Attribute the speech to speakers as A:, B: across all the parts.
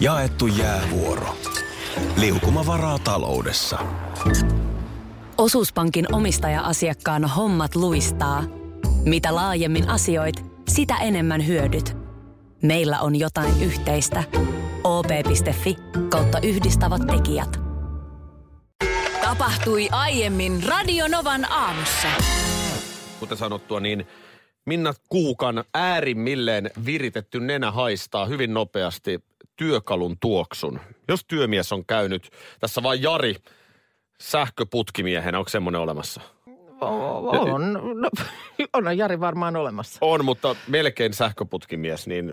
A: Jaettu jäävuoro. Liukuma varaa taloudessa.
B: Osuuspankin omistaja-asiakkaan hommat luistaa. Mitä laajemmin asioit, sitä enemmän hyödyt. Meillä on jotain yhteistä. op.fi kautta yhdistävät tekijät.
C: Tapahtui aiemmin Radionovan aamussa.
D: Kuten sanottua, niin Minna Kuukan äärimmilleen viritetty nenä haistaa hyvin nopeasti työkalun tuoksun. Jos työmies on käynyt, tässä vaan Jari, sähköputkimiehenä, onko semmoinen olemassa?
E: O- On, no, on Jari varmaan olemassa.
D: On, mutta melkein sähköputkimies, niin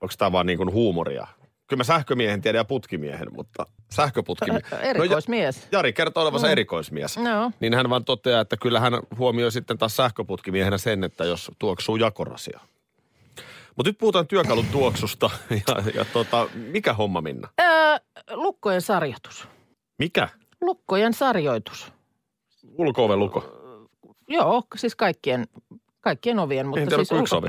D: onko tämä vaan niin kuin huumoria? Kyllä mä sähkömiehen tiedän ja putkimiehen, mutta sähköputkimiehen.
E: Erikoismies. Mm.
D: Jari kertoo olevansa erikoismies.
E: No.
D: Niin hän vaan toteaa, että kyllä hän huomioi sitten taas sähköputkimiehenä sen, että jos tuoksuu jakorasia. Mutta nyt puhutaan työkalun tuoksusta. Ja, ja tota, mikä homma, Minna?
E: Öö, lukkojen sarjoitus.
D: Mikä?
E: Lukkojen sarjoitus.
D: Ulko-oven luko.
E: Joo, siis kaikkien, kaikkien ovien. Mutta
D: Ei teillä
E: siis
D: siis yksi ovi.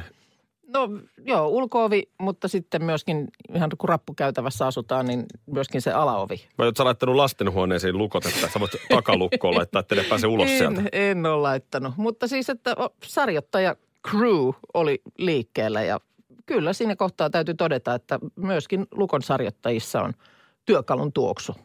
E: No joo, ulkoovi, mutta sitten myöskin ihan kun rappukäytävässä asutaan, niin myöskin se alaovi.
D: Vai oot sä laittanut lastenhuoneeseen lukot, että sä voit takalukkoon laittaa, että ne pääse ulos sieltä?
E: en, en ole laittanut, mutta siis että o- sarjoittaja crew oli liikkeellä ja kyllä siinä kohtaa täytyy todeta, että myöskin lukon sarjoittajissa on työkalun tuoksu.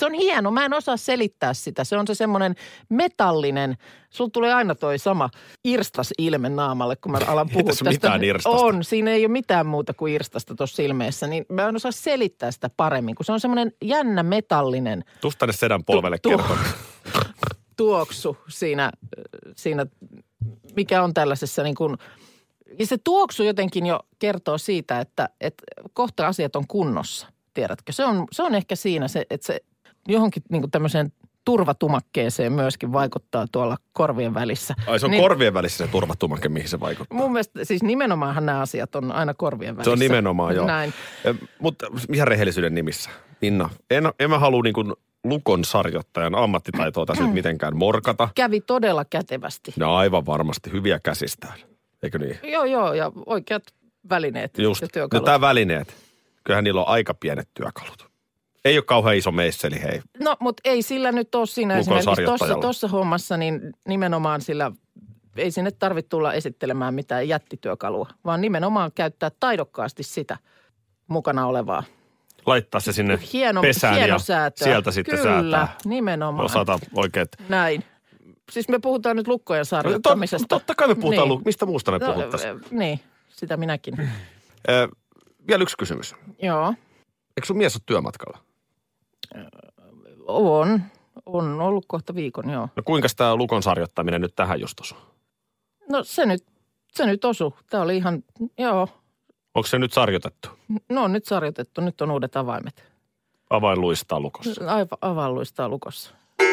E: Se on hieno, mä en osaa selittää sitä. Se on se semmoinen metallinen, sulla tulee aina toi sama irstas ilme naamalle, kun mä alan puhua
D: tässä
E: tästä.
D: mitään irstasta.
E: On, siinä ei ole mitään muuta kuin irstasta tuossa silmeessä, niin mä en osaa selittää sitä paremmin, kun se on semmoinen jännä metallinen –
D: Tus tänne sedän polvelle
E: Tu- tu-
D: kertomaan.
E: tuoksu siinä, siinä mikä on tällaisessa niin kuin, ja se tuoksu jotenkin jo kertoo siitä, että, että kohta asiat on kunnossa, tiedätkö. Se on, se on ehkä siinä se, että se johonkin niin kuin tämmöiseen turvatumakkeeseen myöskin vaikuttaa tuolla korvien välissä.
D: Ai se on niin.
E: Niin
D: korvien välissä se turvatumake, mihin se vaikuttaa.
E: Mun mielestä siis nimenomaanhan nämä asiat on aina korvien välissä.
D: Se on nimenomaan, joo.
E: Näin.
D: Mutta ihan rehellisyyden nimissä. Minna, en, en mä halua niin lukon sarjoittajan ammattitaitoa tässä
E: Mm.
D: nyt mitenkään morkata.
E: Kävi todella kätevästi.
D: Ne on aivan varmasti hyviä käsistään, eikö niin?
E: Joo, joo, ja oikeat välineet
D: Just.
E: ja
D: No
E: työkalut.
D: tämä välineet, kyllähän niillä on aika pienet työkalut. Ei ole kauhean iso meisseli, hei.
E: No, mutta ei sillä nyt ole siinä
D: Ulkon
E: esimerkiksi tuossa,
D: sarjoittajalla.
E: tuossa hommassa, niin nimenomaan sillä ei sinne tarvitse tulla esittelemään mitään jättityökalua, vaan nimenomaan käyttää taidokkaasti sitä mukana olevaa.
D: Laittaa se sinne
E: Hieno,
D: pesään
E: hieno
D: ja
E: säätöä.
D: sieltä sitten
E: Kyllä,
D: säätää.
E: nimenomaan.
D: Osata oikeat.
E: Näin. Siis me puhutaan nyt lukkojen sarjoittamisesta.
D: Totta, totta kai me puhutaan,
E: Niin.
D: niin. mistä muusta me puhuttaisiin.
E: No, eh. niin, sitä minäkin.
D: Ö, vielä yksi kysymys.
E: Joo,
D: Eikö sun mies ole työmatkalla?
E: on. On ollut kohta viikon, joo.
D: No kuinka tämä lukon sarjoittaminen nyt tähän just osuu?
E: No se nyt, se nyt osu. Tämä oli ihan, joo.
D: Onko se nyt sarjoitettu?
E: No on nyt sarjoitettu, nyt on uudet avaimet.
D: Avain luistaa lukossa.
E: Aivan avalluista lukossa.
D: Mm.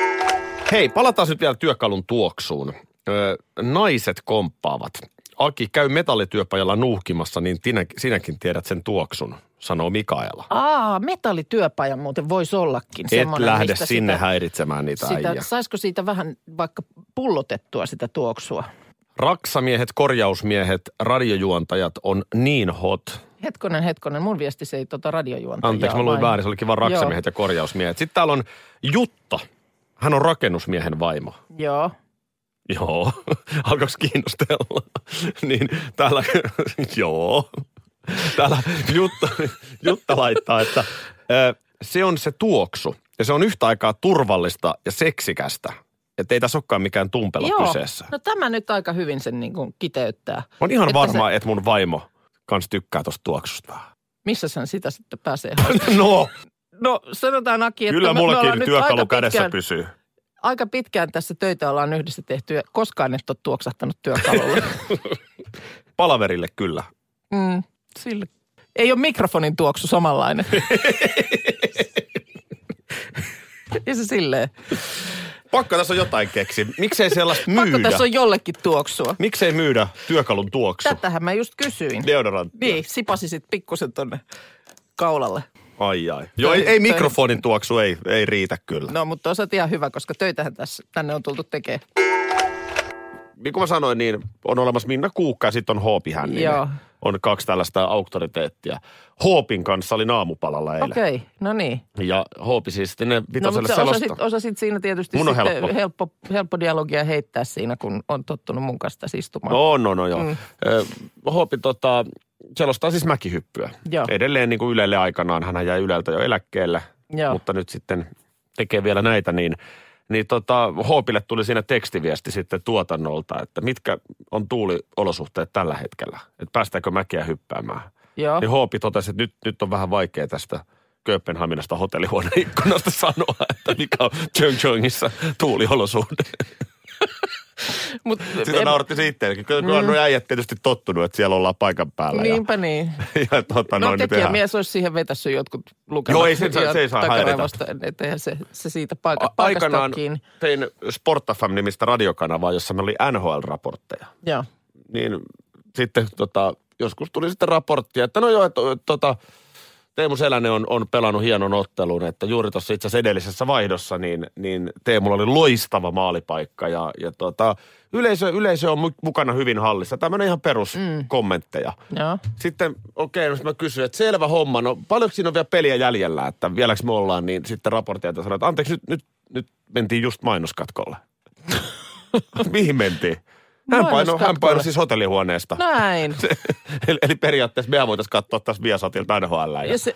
D: Hei, palataan nyt vielä työkalun tuoksuun. Öö, naiset komppaavat. Aki, käy metallityöpajalla nuuhkimassa, niin tinä, sinäkin tiedät sen tuoksun, sanoo Mikaela.
E: Aa, metallityöpaja muuten voisi ollakin.
D: Et
E: semmoinen,
D: lähde
E: mistä
D: sinne
E: sitä,
D: häiritsemään niitä sitä
E: sitä,
D: äijä.
E: Saisiko siitä vähän vaikka pullotettua sitä tuoksua?
D: Raksamiehet, korjausmiehet, radiojuontajat on niin hot.
E: Hetkonen, hetkonen, mun viesti se ei tota radiojuontajaa.
D: Anteeksi, mä luin
E: vaan-
D: väärin, se olikin vaan raksamiehet ja korjausmiehet. Sitten täällä on Jutta. Hän on rakennusmiehen vaimo.
E: Joo.
D: Joo, alkoiko kiinnostella? niin täällä, joo, täällä Jutta, Jutta laittaa, että ö, se on se tuoksu. Ja se on yhtä aikaa turvallista ja seksikästä. Että ei tässä olekaan mikään tumpelo
E: Joo.
D: kyseessä.
E: No tämä nyt aika hyvin sen niin kuin kiteyttää.
D: Mä oon ihan
E: Että
D: että varma, se... että mun vaimo kans tykkää tosta tuoksusta No, vähän.
E: Missä sen sitä sitten pääsee haistamaan?
D: No,
E: No sanotaan Aki, että
D: kyllä
E: me- me ollaan
D: mullakin
E: nyt
D: työkalu
E: aika
D: kädessä
E: pitkään-
D: pysyy.
E: aika pitkään tässä töitä ollaan yhdessä tehty ja koskaan et ole tuoksahtanut työkalulle.
D: Palaverille kyllä.
E: Mm, sillä. Ei ole mikrofonin tuoksu samanlainen. Ja se silleen.
D: Pakko tässä on jotain keksi. Miksei sellaista myydä?
E: Pakko tässä on jollekin tuoksua.
D: Miksei myydä työkalun tuoksu?
E: Tätähän mä just kysyin.
D: Deodorant.
E: Niin, sipasisit pikkusen tonne kaulalle.
D: Ai ai. Joo, ei, ei mikrofonin tuoksu, ei, ei riitä kyllä. No.
E: No, mutta osaat ihan hyvä, koska töitähän tässä tänne on tultu tekemään.
D: Niin kuin mä sanoin, niin on olemassa Minna Kuukka ja sitten on Hoopi Hänninen.
E: Joo.
D: on kaksi tällaista auktoriteettia. Hoopin kanssa oli naamupalalla eilen.
E: Okei, okay, no niin.
D: Ja Hoopi siis sitten ne
E: No
D: vitoselle
E: mutta sä
D: selostaa.
E: osasit, osasit siinä tietysti
D: Mun on
E: sitten
D: helppo.
E: Helppo, helppo dialogia heittää siinä, kun on tottunut mun kanssa tässä istumaan.
D: No, no, no joo.
E: Mm.
D: Mm. Hoopi tota, selostaa siis mäkihyppyä.
E: Joo.
D: Edelleen niin kuin Ylelle aikanaan, hän jäi Yleltä jo eläkkeelle,
E: Joo.
D: mutta nyt sitten tekee vielä näitä, niin, niin tota, Hoopille tuli siinä tekstiviesti sitten tuotannolta, että mitkä on tuuliolosuhteet tällä hetkellä, että päästäänkö mäkiä hyppäämään.
E: Joo.
D: Niin Hoopi totesi, että nyt, nyt on vähän vaikea tästä Kööpenhaminasta hotellihuoneen ikkunasta sanoa, että mikä on Chöngchöngissa tuuliolosuhde.
E: Mut,
D: Sitä
E: en-
D: nauratti se itseäkin. Kyllä mm. on äijät tietysti tottunut, että siellä ollaan paikan päällä.
E: Niinpä niin.
D: Ja, ja tota,
E: No
D: noin nyt ihan.
E: tekijämies olisi siihen vetässyt jotkut lukemat.
D: Joo, ei se- se- se ei saa häiritä.
E: että eihän se, se siitä paik-
D: A-
E: paikasta ole
D: Aikanaan
E: kiinni.
D: tein Sportafam-nimistä radiokanavaa, jossa me oli NHL-raportteja.
E: Joo.
D: Niin sitten tota, joskus tuli sitten raporttia, että no joo, että, tota, Teemu Selänen on, on pelannut hienon ottelun, että juuri tuossa itse asiassa edellisessä vaihdossa, niin, niin Teemulla oli loistava maalipaikka ja, ja tota, yleisö, yleisö on mu- mukana hyvin hallissa. Tämmöinen ihan peruskommentteja. Mm.
E: Joo.
D: Sitten okei, okay, mä kysyin, että selvä homma, no paljonko siinä on vielä peliä jäljellä, että vieläks me ollaan, niin sitten raportoijalta sanoi, että anteeksi, nyt, nyt, nyt mentiin just mainoskatkolle. Mihin mentiin? Hän painoi, hän
E: Mainoskatkolle. No.
D: painoi siis hotellihuoneesta.
E: Näin.
D: eli, eli periaatteessa mehän voitaisiin katsoa tässä Viasatilta NHL. Ja,
E: Ja se,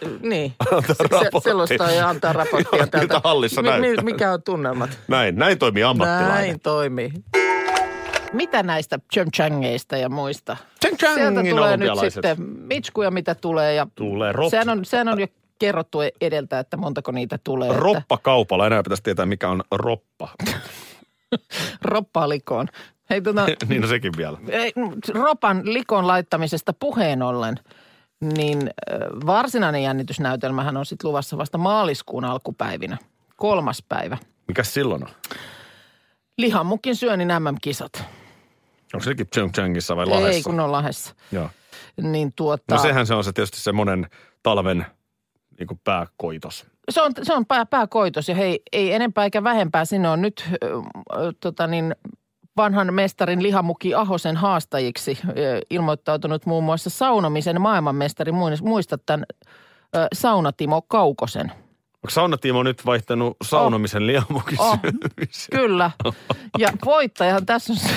E: niin.
D: Antaa
E: Se- se,
D: raportti.
E: selostaa ja antaa raporttia
D: Joo,
E: täältä.
D: miltä hallissa näyttää.
E: mikä on tunnelmat?
D: Näin, näin toimii ammattilainen.
E: Näin toimii. Mitä näistä chömchangeista ja muista?
D: Tjeng-tjäng,
E: Sieltä tulee nyt
D: niin olympialaiset.
E: sitten mitskuja, mitä tulee. Ja
D: Tulee rop-
E: sehän, on, sehän on jo kerrottu edeltä, että montako niitä tulee. että-
D: Roppa kaupalla, enää pitäisi tietää mikä on roppa.
E: Roppaa likoon. Hei, tota,
D: niin no sekin vielä.
E: ei, mm, ropan likon laittamisesta puheen ollen, niin ö, varsinainen jännitysnäytelmähän on sitten luvassa vasta maaliskuun alkupäivinä. Kolmas päivä.
D: Mikäs silloin on?
E: Lihamukin niin syönin MM-kisat.
D: Onko sekin Pyeongchangissa vai
E: Ei, kun ne on lahessa.
D: Joo.
E: Niin tuota,
D: No sehän se on se tietysti semmoinen talven niin kuin pääkoitos.
E: se on, se on pää, pääkoitos ja hei, ei enempää eikä vähempää. Sinne on nyt ö, ö, tota niin, vanhan mestarin Lihamuki Ahosen haastajiksi ö, ilmoittautunut muun muassa saunomisen maailmanmestari. Muin- Muistat tämän ö, saunatimo Kaukosen.
D: Onko saunatiimo nyt vaihtanut saunomisen oh. liamukiksi?
E: Oh. Kyllä. Ja voittajahan tässä on se,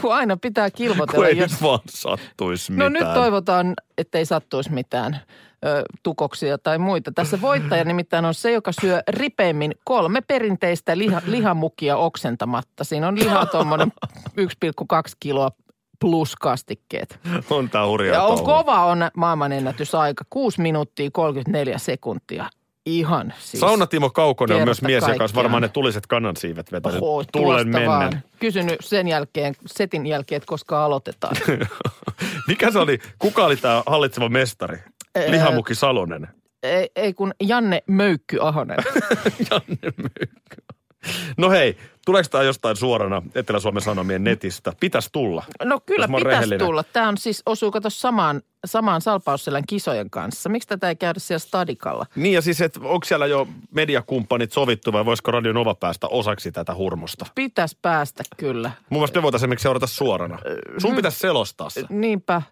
E: kun aina pitää
D: kun
E: kilvotella.
D: ei
E: jos-
D: nyt vaan sattuisi
E: No
D: mitään.
E: nyt toivotaan, ettei sattuisi mitään ö, tukoksia tai muita. Tässä voittaja nimittäin on se, joka syö ripeimmin kolme perinteistä liha, lihamukia oksentamatta. Siinä on liha tuommoinen 1,2 kiloa plus kastikkeet.
D: On tää hurjaa
E: Ja on
D: touhua.
E: kova on maailmanennätysaika, 6 minuuttia 34 sekuntia. Ihan siis.
D: Saunatiimo Kaukonen on myös
E: kerta
D: mies, joka olisi
E: kaikkiaan.
D: varmaan ne tuliset kanansiivet vetänyt
E: Oho,
D: tullen
E: tuosta
D: mennen.
E: vaan. Kysynyt sen jälkeen, setin jälkeen, että koska aloitetaan.
D: Mikä se oli? Kuka oli tämä hallitseva mestari?
E: Öö.
D: Lihamukki Salonen.
E: ei, ei kun Janne Möykky Ahonen.
D: Janne Myykkä. No hei, tuleeko tämä jostain suorana Etelä-Suomen Sanomien netistä? Pitäisi tulla.
E: No kyllä
D: Jos mä oon
E: pitäisi
D: rehellinen.
E: tulla. Tämä on siis, osuu kato samaan, samaan Salpausselän kisojen kanssa. Miksi tätä ei käydä siellä stadikalla?
D: Niin ja siis, että onko siellä jo mediakumppanit sovittu vai voisiko Radio Nova päästä osaksi tätä hurmosta?
E: Pitäisi päästä kyllä.
D: Mun mielestä me voitaisiin esimerkiksi seurata suorana. Sun pitäisi selostaa
E: Tota
D: se.
E: Niinpä.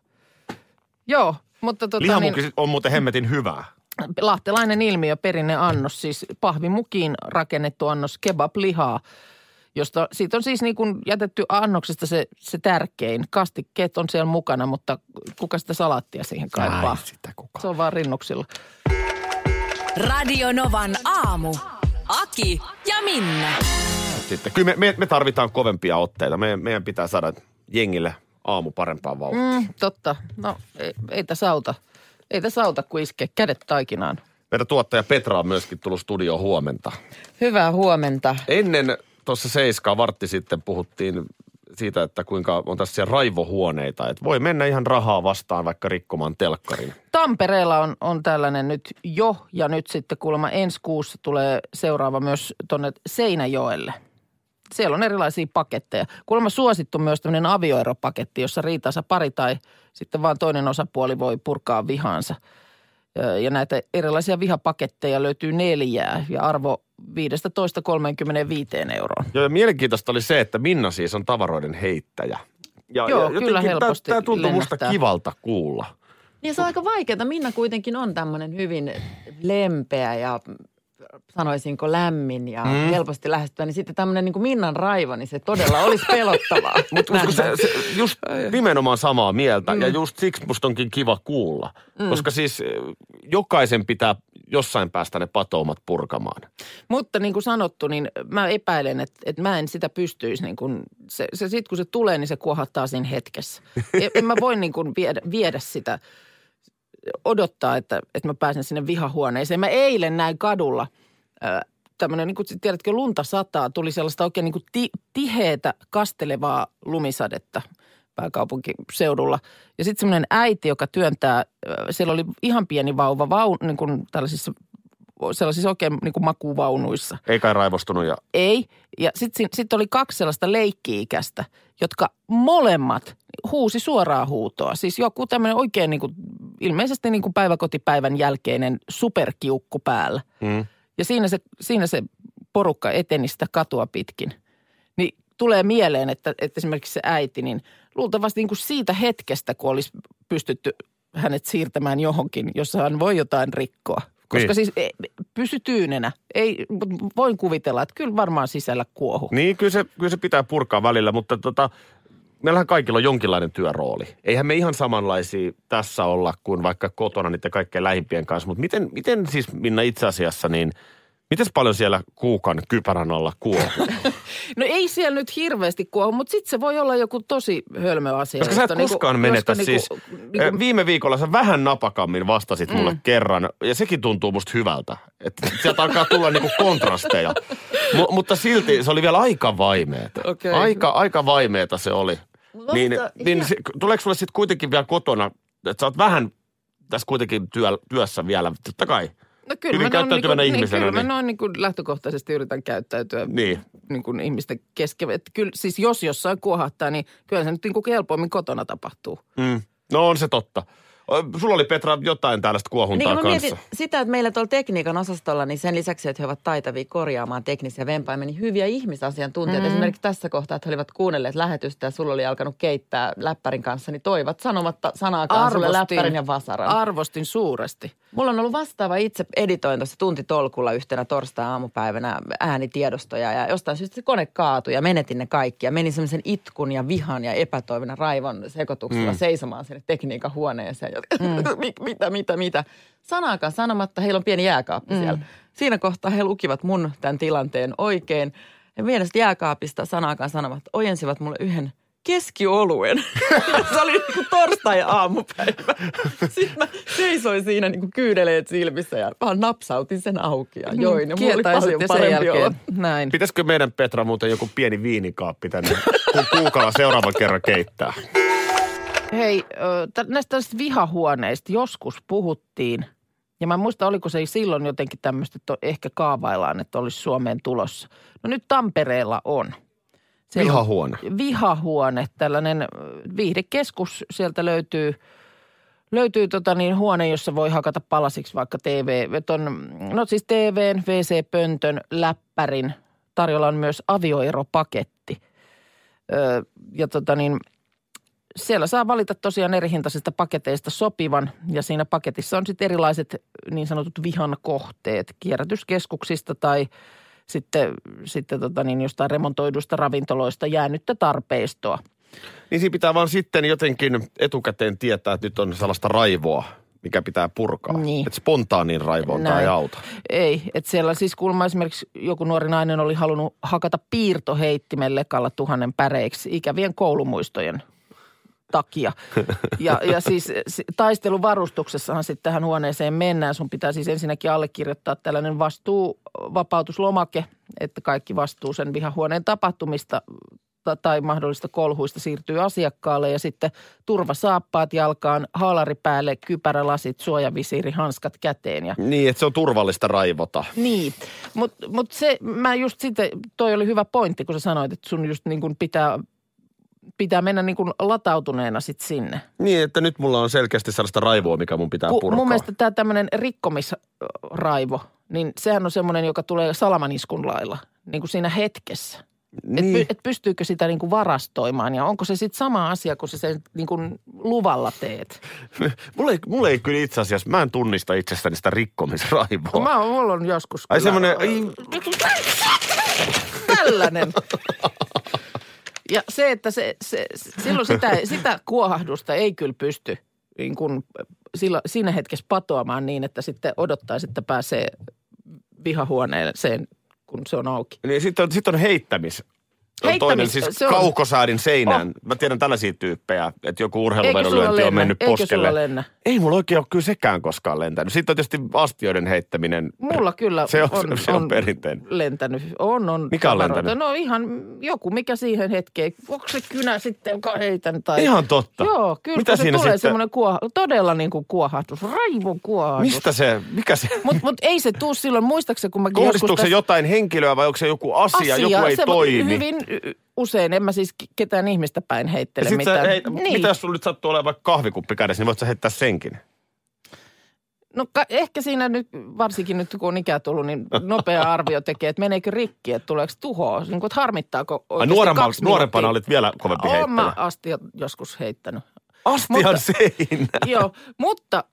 E: Joo, mutta tota, niin,
D: Lihamukki on muuten hemmetin hyvää.
E: lahtelainen ilmiö, perinneannos, siis pahvimukiin rakennettu annos kebab-lihaa, josta siitä on siis niin kuin jätetty annoksesta se, se tärkein. Kastikkeet on siellä mukana, mutta kuka sitä salaattia siihen kaipaa?
D: sitä kukaan.
E: Se on vaan rinnuksilla.
C: Radio Novan aamu. Aki ja Minna.
D: Sitten. Kyllä me, me, me tarvitaan kovempia otteita. Me, meidän pitää saada jengille aamu parempaan vauhtiin. Mm.
E: Mm, totta. No, ei, ei tässä auta. Ei tässä auta, kun iskee kädet taikinaan.
D: Meidän tuottaja Petra on myöskin tullut studioon huomenta.
F: Hyvää huomenta.
D: Ennen tuossa seiskaa vartti sitten puhuttiin siitä, että kuinka on tässä raivohuoneita. Että voi mennä ihan rahaa vastaan vaikka rikkomaan telkkarin.
E: Tampereella on, on tällainen nyt jo ja nyt sitten kuulemma ensi kuussa tulee seuraava myös tuonne Seinäjoelle. Siellä on erilaisia paketteja. Kuulemma suosittu myös tämmöinen avioeropaketti, jossa riitaansa pari tai sitten vaan toinen osapuoli voi purkaa vihaansa. Ö, Ja näitä erilaisia vihapaketteja löytyy neljää ja arvo 15-35 euroon.
D: Joo, ja mielenkiintoista oli se, että Minna siis on tavaroiden heittäjä. Ja,
E: Joo,
D: ja
E: kyllä
D: jotenkin tää-
E: helposti
D: Tää tuntuu musta
E: lennähtää.
D: kivalta kuulla.
F: Niin se on aika vaikeaa. Minna kuitenkin on tämmöinen hyvin lempeä ja sanoisinko lämmin ja mm. helposti lähestyvä, niin sitten tämmöinen niin kuin Minnan raivo, niin se todella olisi pelottavaa.
D: Mutta mut kun se, se just nimenomaan samaa mieltä mm. ja just siksi musta onkin kiva kuulla. Mm. Koska siis eh, jokaisen pitää jossain päästä ne patoumat purkamaan.
E: Mutta niin kuin sanottu, niin mä epäilen, että, että mä en sitä pystyisi. Niin kuin se, se sit kun se tulee, niin se kuohattaa siinä hetkessä. En- En mä voi niin kuin viedä, viedä sitä, odottaa, että, että mä pääsen sinne vihahuoneeseen. Mä eilen näin kadulla tämmöinen, niin kuin tiedätkö, lunta sataa. Tuli sellaista oikein niin kuin ti, tiheätä, kastelevaa lumisadetta pääkaupunkiseudulla. Ja sitten semmoinen äiti, joka työntää, ö, siellä oli ihan pieni vauva, vau, niin kuin tällaisissa sellaisissa oikein niin kuin makuvaunuissa.
D: Ei kai raivostunut ja
E: Ei. Ja sitten sit oli kaksi sellaista leikki-ikäistä, jotka molemmat huusi suoraa huutoa. Siis joku tämmöinen oikein niin kuin, ilmeisesti niin kuin päiväkotipäivän jälkeinen superkiukku päällä.
D: mm.
E: Ja siinä se, siinä se porukka eteni sitä katua pitkin. Niin tulee mieleen, että, että esimerkiksi se äiti, niin luultavasti niin kuin siitä hetkestä, kun olisi pystytty hänet siirtämään johonkin, jossa hän voi jotain rikkoa. Koska
D: Niin.
E: niin. siis e, pysy tyynenä. Ei, mut voin kuvitella, että kyllä varmaan sisällä kuohu.
D: Niin, kyllä se, kyllä se pitää purkaa välillä, mutta tota, meillähän kaikilla on jonkinlainen työrooli. Eihän me ihan samanlaisia tässä olla kuin vaikka kotona niiden kaikkein lähimpien kanssa. Mutta miten, miten siis Minna itse asiassa, niin miten paljon siellä kuukan kypärän alla kuohuu?
E: No ei siellä nyt hirveästi kuohu, mutta sitten se voi olla joku tosi hölmö asia.
D: Koska sä et
E: josta niinku-
D: koskaan menetä
E: josta niinku-
D: siis. Äh, Viime viikolla sä vähän napakammin vastasit mulle
E: Mm.
D: kerran, ja sekin tuntuu musta hyvältä. Että sieltä alkaa tulla niinku kontrasteja. Mu- mutta silti se oli vielä aika vaimeeta.
E: Okei.
D: Aika, aika vaimeeta se oli.
F: Mutta
D: Niin, niin
F: ja-
D: se, tuleeko sulle sitten kuitenkin vielä kotona, että sä oot vähän tässä kuitenkin työ, työssä vielä, totta kai.
E: No kyllä
D: Hyvin
E: mä noin
D: käyttäytyvänä
E: niin, kuin-
D: ihmisenä,
E: Niin, kyllä
D: niin.
E: mä noin niin kuin lähtökohtaisesti yritän käyttäytyä
D: Niin.
E: niin kuin ihmisten kesken. Että kyllä, siis jos jossain kuohattaa, niin kyllä se nyt niin kuin helpommin kotona tapahtuu.
D: Mm. No on se totta. Ö, Sulla oli Petra jotain tällaista kuohuntaa
F: niin, kun mä
D: kanssa.
F: mietin sitä, että meillä tuolla tekniikan osastolla, niin sen lisäksi, että he ovat taitavia korjaamaan teknisiä vempaimia, niin hyviä ihmisasiantuntijoita. Mm. Esimerkiksi tässä kohtaa, että he olivat kuunnelleet lähetystä ja sulla oli alkanut keittää läppärin kanssa, niin toivat sanomatta sanaakaan sulle läppärin ja vasaran.
E: arvostin suuresti.
F: Mulla on ollut vastaava itse editoin tuossa tuntitolkulla yhtenä torstai-aamupäivänä äänitiedostoja ja jostain syystä se kone kaatui ja menetin ne kaikki ja menin semmoisen itkun ja vihan ja epätoivinnan raivon sekoituksella mm. seisomaan sinne tekniikan huoneeseen. Ja, mm. mitä, mitä, mitä. Sanaakaan sanomatta, heillä on pieni jääkaappi mm. siellä. Siinä kohtaa he lukivat mun tämän tilanteen oikein ja mielestä jääkaapista sanaakaan sanomatta ojensivat mulle yhden keskioluen. se oli niinku torstai-aamupäivä. Sitten mä seisoin siinä niinku kyydeleet silmissä ja vaan napsautin sen auki ja join. Ja mulla oli
E: Kietaisit
F: paljon
E: ja sen
F: parempi olo.
E: jälkeen. Näin.
D: Pitäisikö meidän Petra muuten joku pieni viinikaappi tänne, kun kuukalla seuraavan kerran keittää?
E: Hei, ö, tä- näistä tällaisista vihahuoneista joskus puhuttiin. Ja mä en muista, oliko se silloin jotenkin tämmöistä, että ehkä kaavaillaan, että olisi Suomeen tulossa. No nyt Tampereella on. Siellä on
D: Vihahuone.
E: vihahuone, tällainen ö, viihdekeskus. Sieltä löytyy, löytyy tota niin, huone, jossa voi hakata palasiksi vaikka TV, ton, no siis TVn, WC-pöntön, läppärin. Tarjolla on myös avioeropaketti. Ö, ja tota niin, siellä saa valita tosiaan eri hintaisista paketeista sopivan ja siinä paketissa on sitten erilaiset niin sanotut vihan kohteet kierrätyskeskuksista tai sitten, sitten tota niin, jostain remontoidusta ravintoloista jäänyttä tarpeistoa.
D: Niin siinä pitää vaan sitten jotenkin etukäteen tietää, että nyt on sellaista raivoa, mikä pitää purkaa.
E: Niin.
D: Et spontaanin raivoon tämä ei
E: Näin.
D: auta.
E: Ei, että siellä siis kuulemma esimerkiksi joku nuori nainen oli halunnut hakata piirtoheittimen lekalla tuhannen päreiksi ikävien koulumuistojen takia. Ja, ja siis s- taisteluvarustuksessahan sitten tähän huoneeseen mennään. Sun pitää siis ensinnäkin allekirjoittaa tällainen vastuuvapautuslomake, että kaikki vastuu sen vihahuoneen tapahtumista ta- tai mahdollista kolhuista siirtyy asiakkaalle ja sitten turvasaappaat jalkaan, haalari päälle, kypärälasit, suojavisiiri, hanskat käteen ja
D: Niin, että se on turvallista raivota.
E: niin, mutta mut se, mä just sitten, toi oli hyvä pointti, kun sä sanoit, että sun just niin kun pitää, pitää mennä niin kun latautuneena sit sinne.
D: Niin, että nyt mulla on selkeästi sellaista raivoa, mikä mun pitää
E: Ku-
D: purkaa.
E: mun mielestä tämä tämmöinen rikkomisraivo, niin sehän on semmoinen, joka tulee salamaniskun lailla, niin kuin siinä hetkessä. Niin. Että pystyykö sitä niin kuin varastoimaan ja onko se sitten sama asia, kun sä sen niin kuin luvalla teet?
D: Mulla ei, mulla ei kyllä itse asiassa, mä en tunnista itsestäni sitä rikkomisraivoa.
E: No Mä oon, mulla on joskus
D: Ai
E: kyllä-
D: semmoinen, ai,
E: tällainen. Ja se, että se, se, silloin sitä, sitä kuohahdusta ei kyllä pysty niin kuin, silloin, siinä hetkessä patoamaan niin, että sitten odottaisi, että pääsee vihahuoneeseen, kun se on auki.
D: niin sitten on, sit on heittämis. On toinen
E: Heittämistä,
D: siis
E: se on.
D: kaukosäädin seinään. Oh. Mä tiedän tällaisia tyyppejä, että joku
E: Eikö sulla
D: urheiluvedonlyönti on
E: lennä?
D: mennyt
E: Eikö
D: poskelle.
E: sulla lennä?
D: Ei mulla oikein ole kyllä sekään koskaan lentänyt. Sitten on tietysti astioiden heittäminen.
E: Mulla kyllä
D: Se on-
E: on,
D: se on perinteinen.
E: lentänyt. On, on.
D: Mikä on
E: tavaroita.
D: lentänyt?
E: No ihan joku, mikä siihen hetkeen. Onko se kynä sitten, joka heitän? Tai...
D: Ihan totta.
E: Joo, kyllä
D: Mitä
E: kun se
D: siinä
E: tulee
D: sitten-
E: semmoinen kuoha, todella niin kuin kuohahdus, raivon kuohahdus.
D: Mistä se, mikä se,
E: Mutta mut ei se tuu silloin, muistaakseni kun mä
D: kohdistuuko se jotain henkilöä vai onko se joku asia, joku ei
E: se
D: toimi?
E: Hyvin y- usein, en mä siis k- ketään ihmistä päin
D: Ja
E: heittele
D: sit sä,
E: mitään.
D: hei, niin. Mitä jos sulla nyt sattuu olemaan vaikka kahvikuppi kädessä, niin voit sä heittää senkin?
E: No ka- ehkä siinä nyt, varsinkin nyt kun on ikää tullut, niin nopea arvio tekee, että meneekö rikki, että tuleeko tuhoa. Niin kuin, että harmittaako
D: Ai
E: oikeasti
D: nuorempana,
E: kaksi
D: nuorempana
E: minuuttia?
D: olit vielä kovempi
E: Oon mä
D: heittäjä.
E: asti joskus heittänyt.
D: Astian seinä.
E: Joo, mutta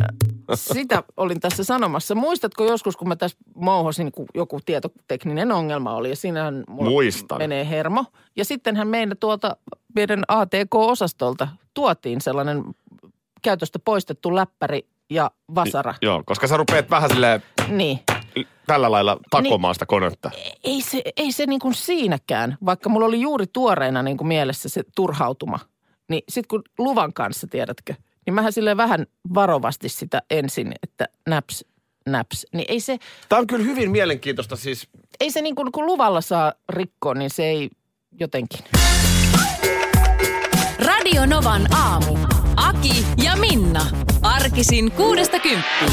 E: äh, sitä olin tässä sanomassa. Muistatko joskus, kun mä tässä mouhosin, kun joku tietotekninen ongelma oli ja siinähän mulla
D: Muistan.
E: menee hermo. Ja sittenhän meidän tuolta meidän ATK-osastolta tuotiin sellainen käytöstä poistettu läppäri ja vasara.
D: Joo, koska sä rupeat vähän silleen
E: Niin.
D: tällä lailla takomaan sitä konetta.
E: Ei se, ei se niin kuin siinäkään, vaikka mulla oli juuri tuoreena niin kuin mielessä se turhautuma. Niin sit kun luvan kanssa, tiedätkö, niin mähän silleen vähän varovasti sitä ensin, että naps, naps. Niin ei se,
D: Tämä on kyllä hyvin mielenkiintoista siis.
E: ei se niin kuin, kun luvalla saa rikkoa, niin se ei jotenkin.
C: Radio Novan aamu. Aki ja Minna. Arkisin kuudesta kymppiin.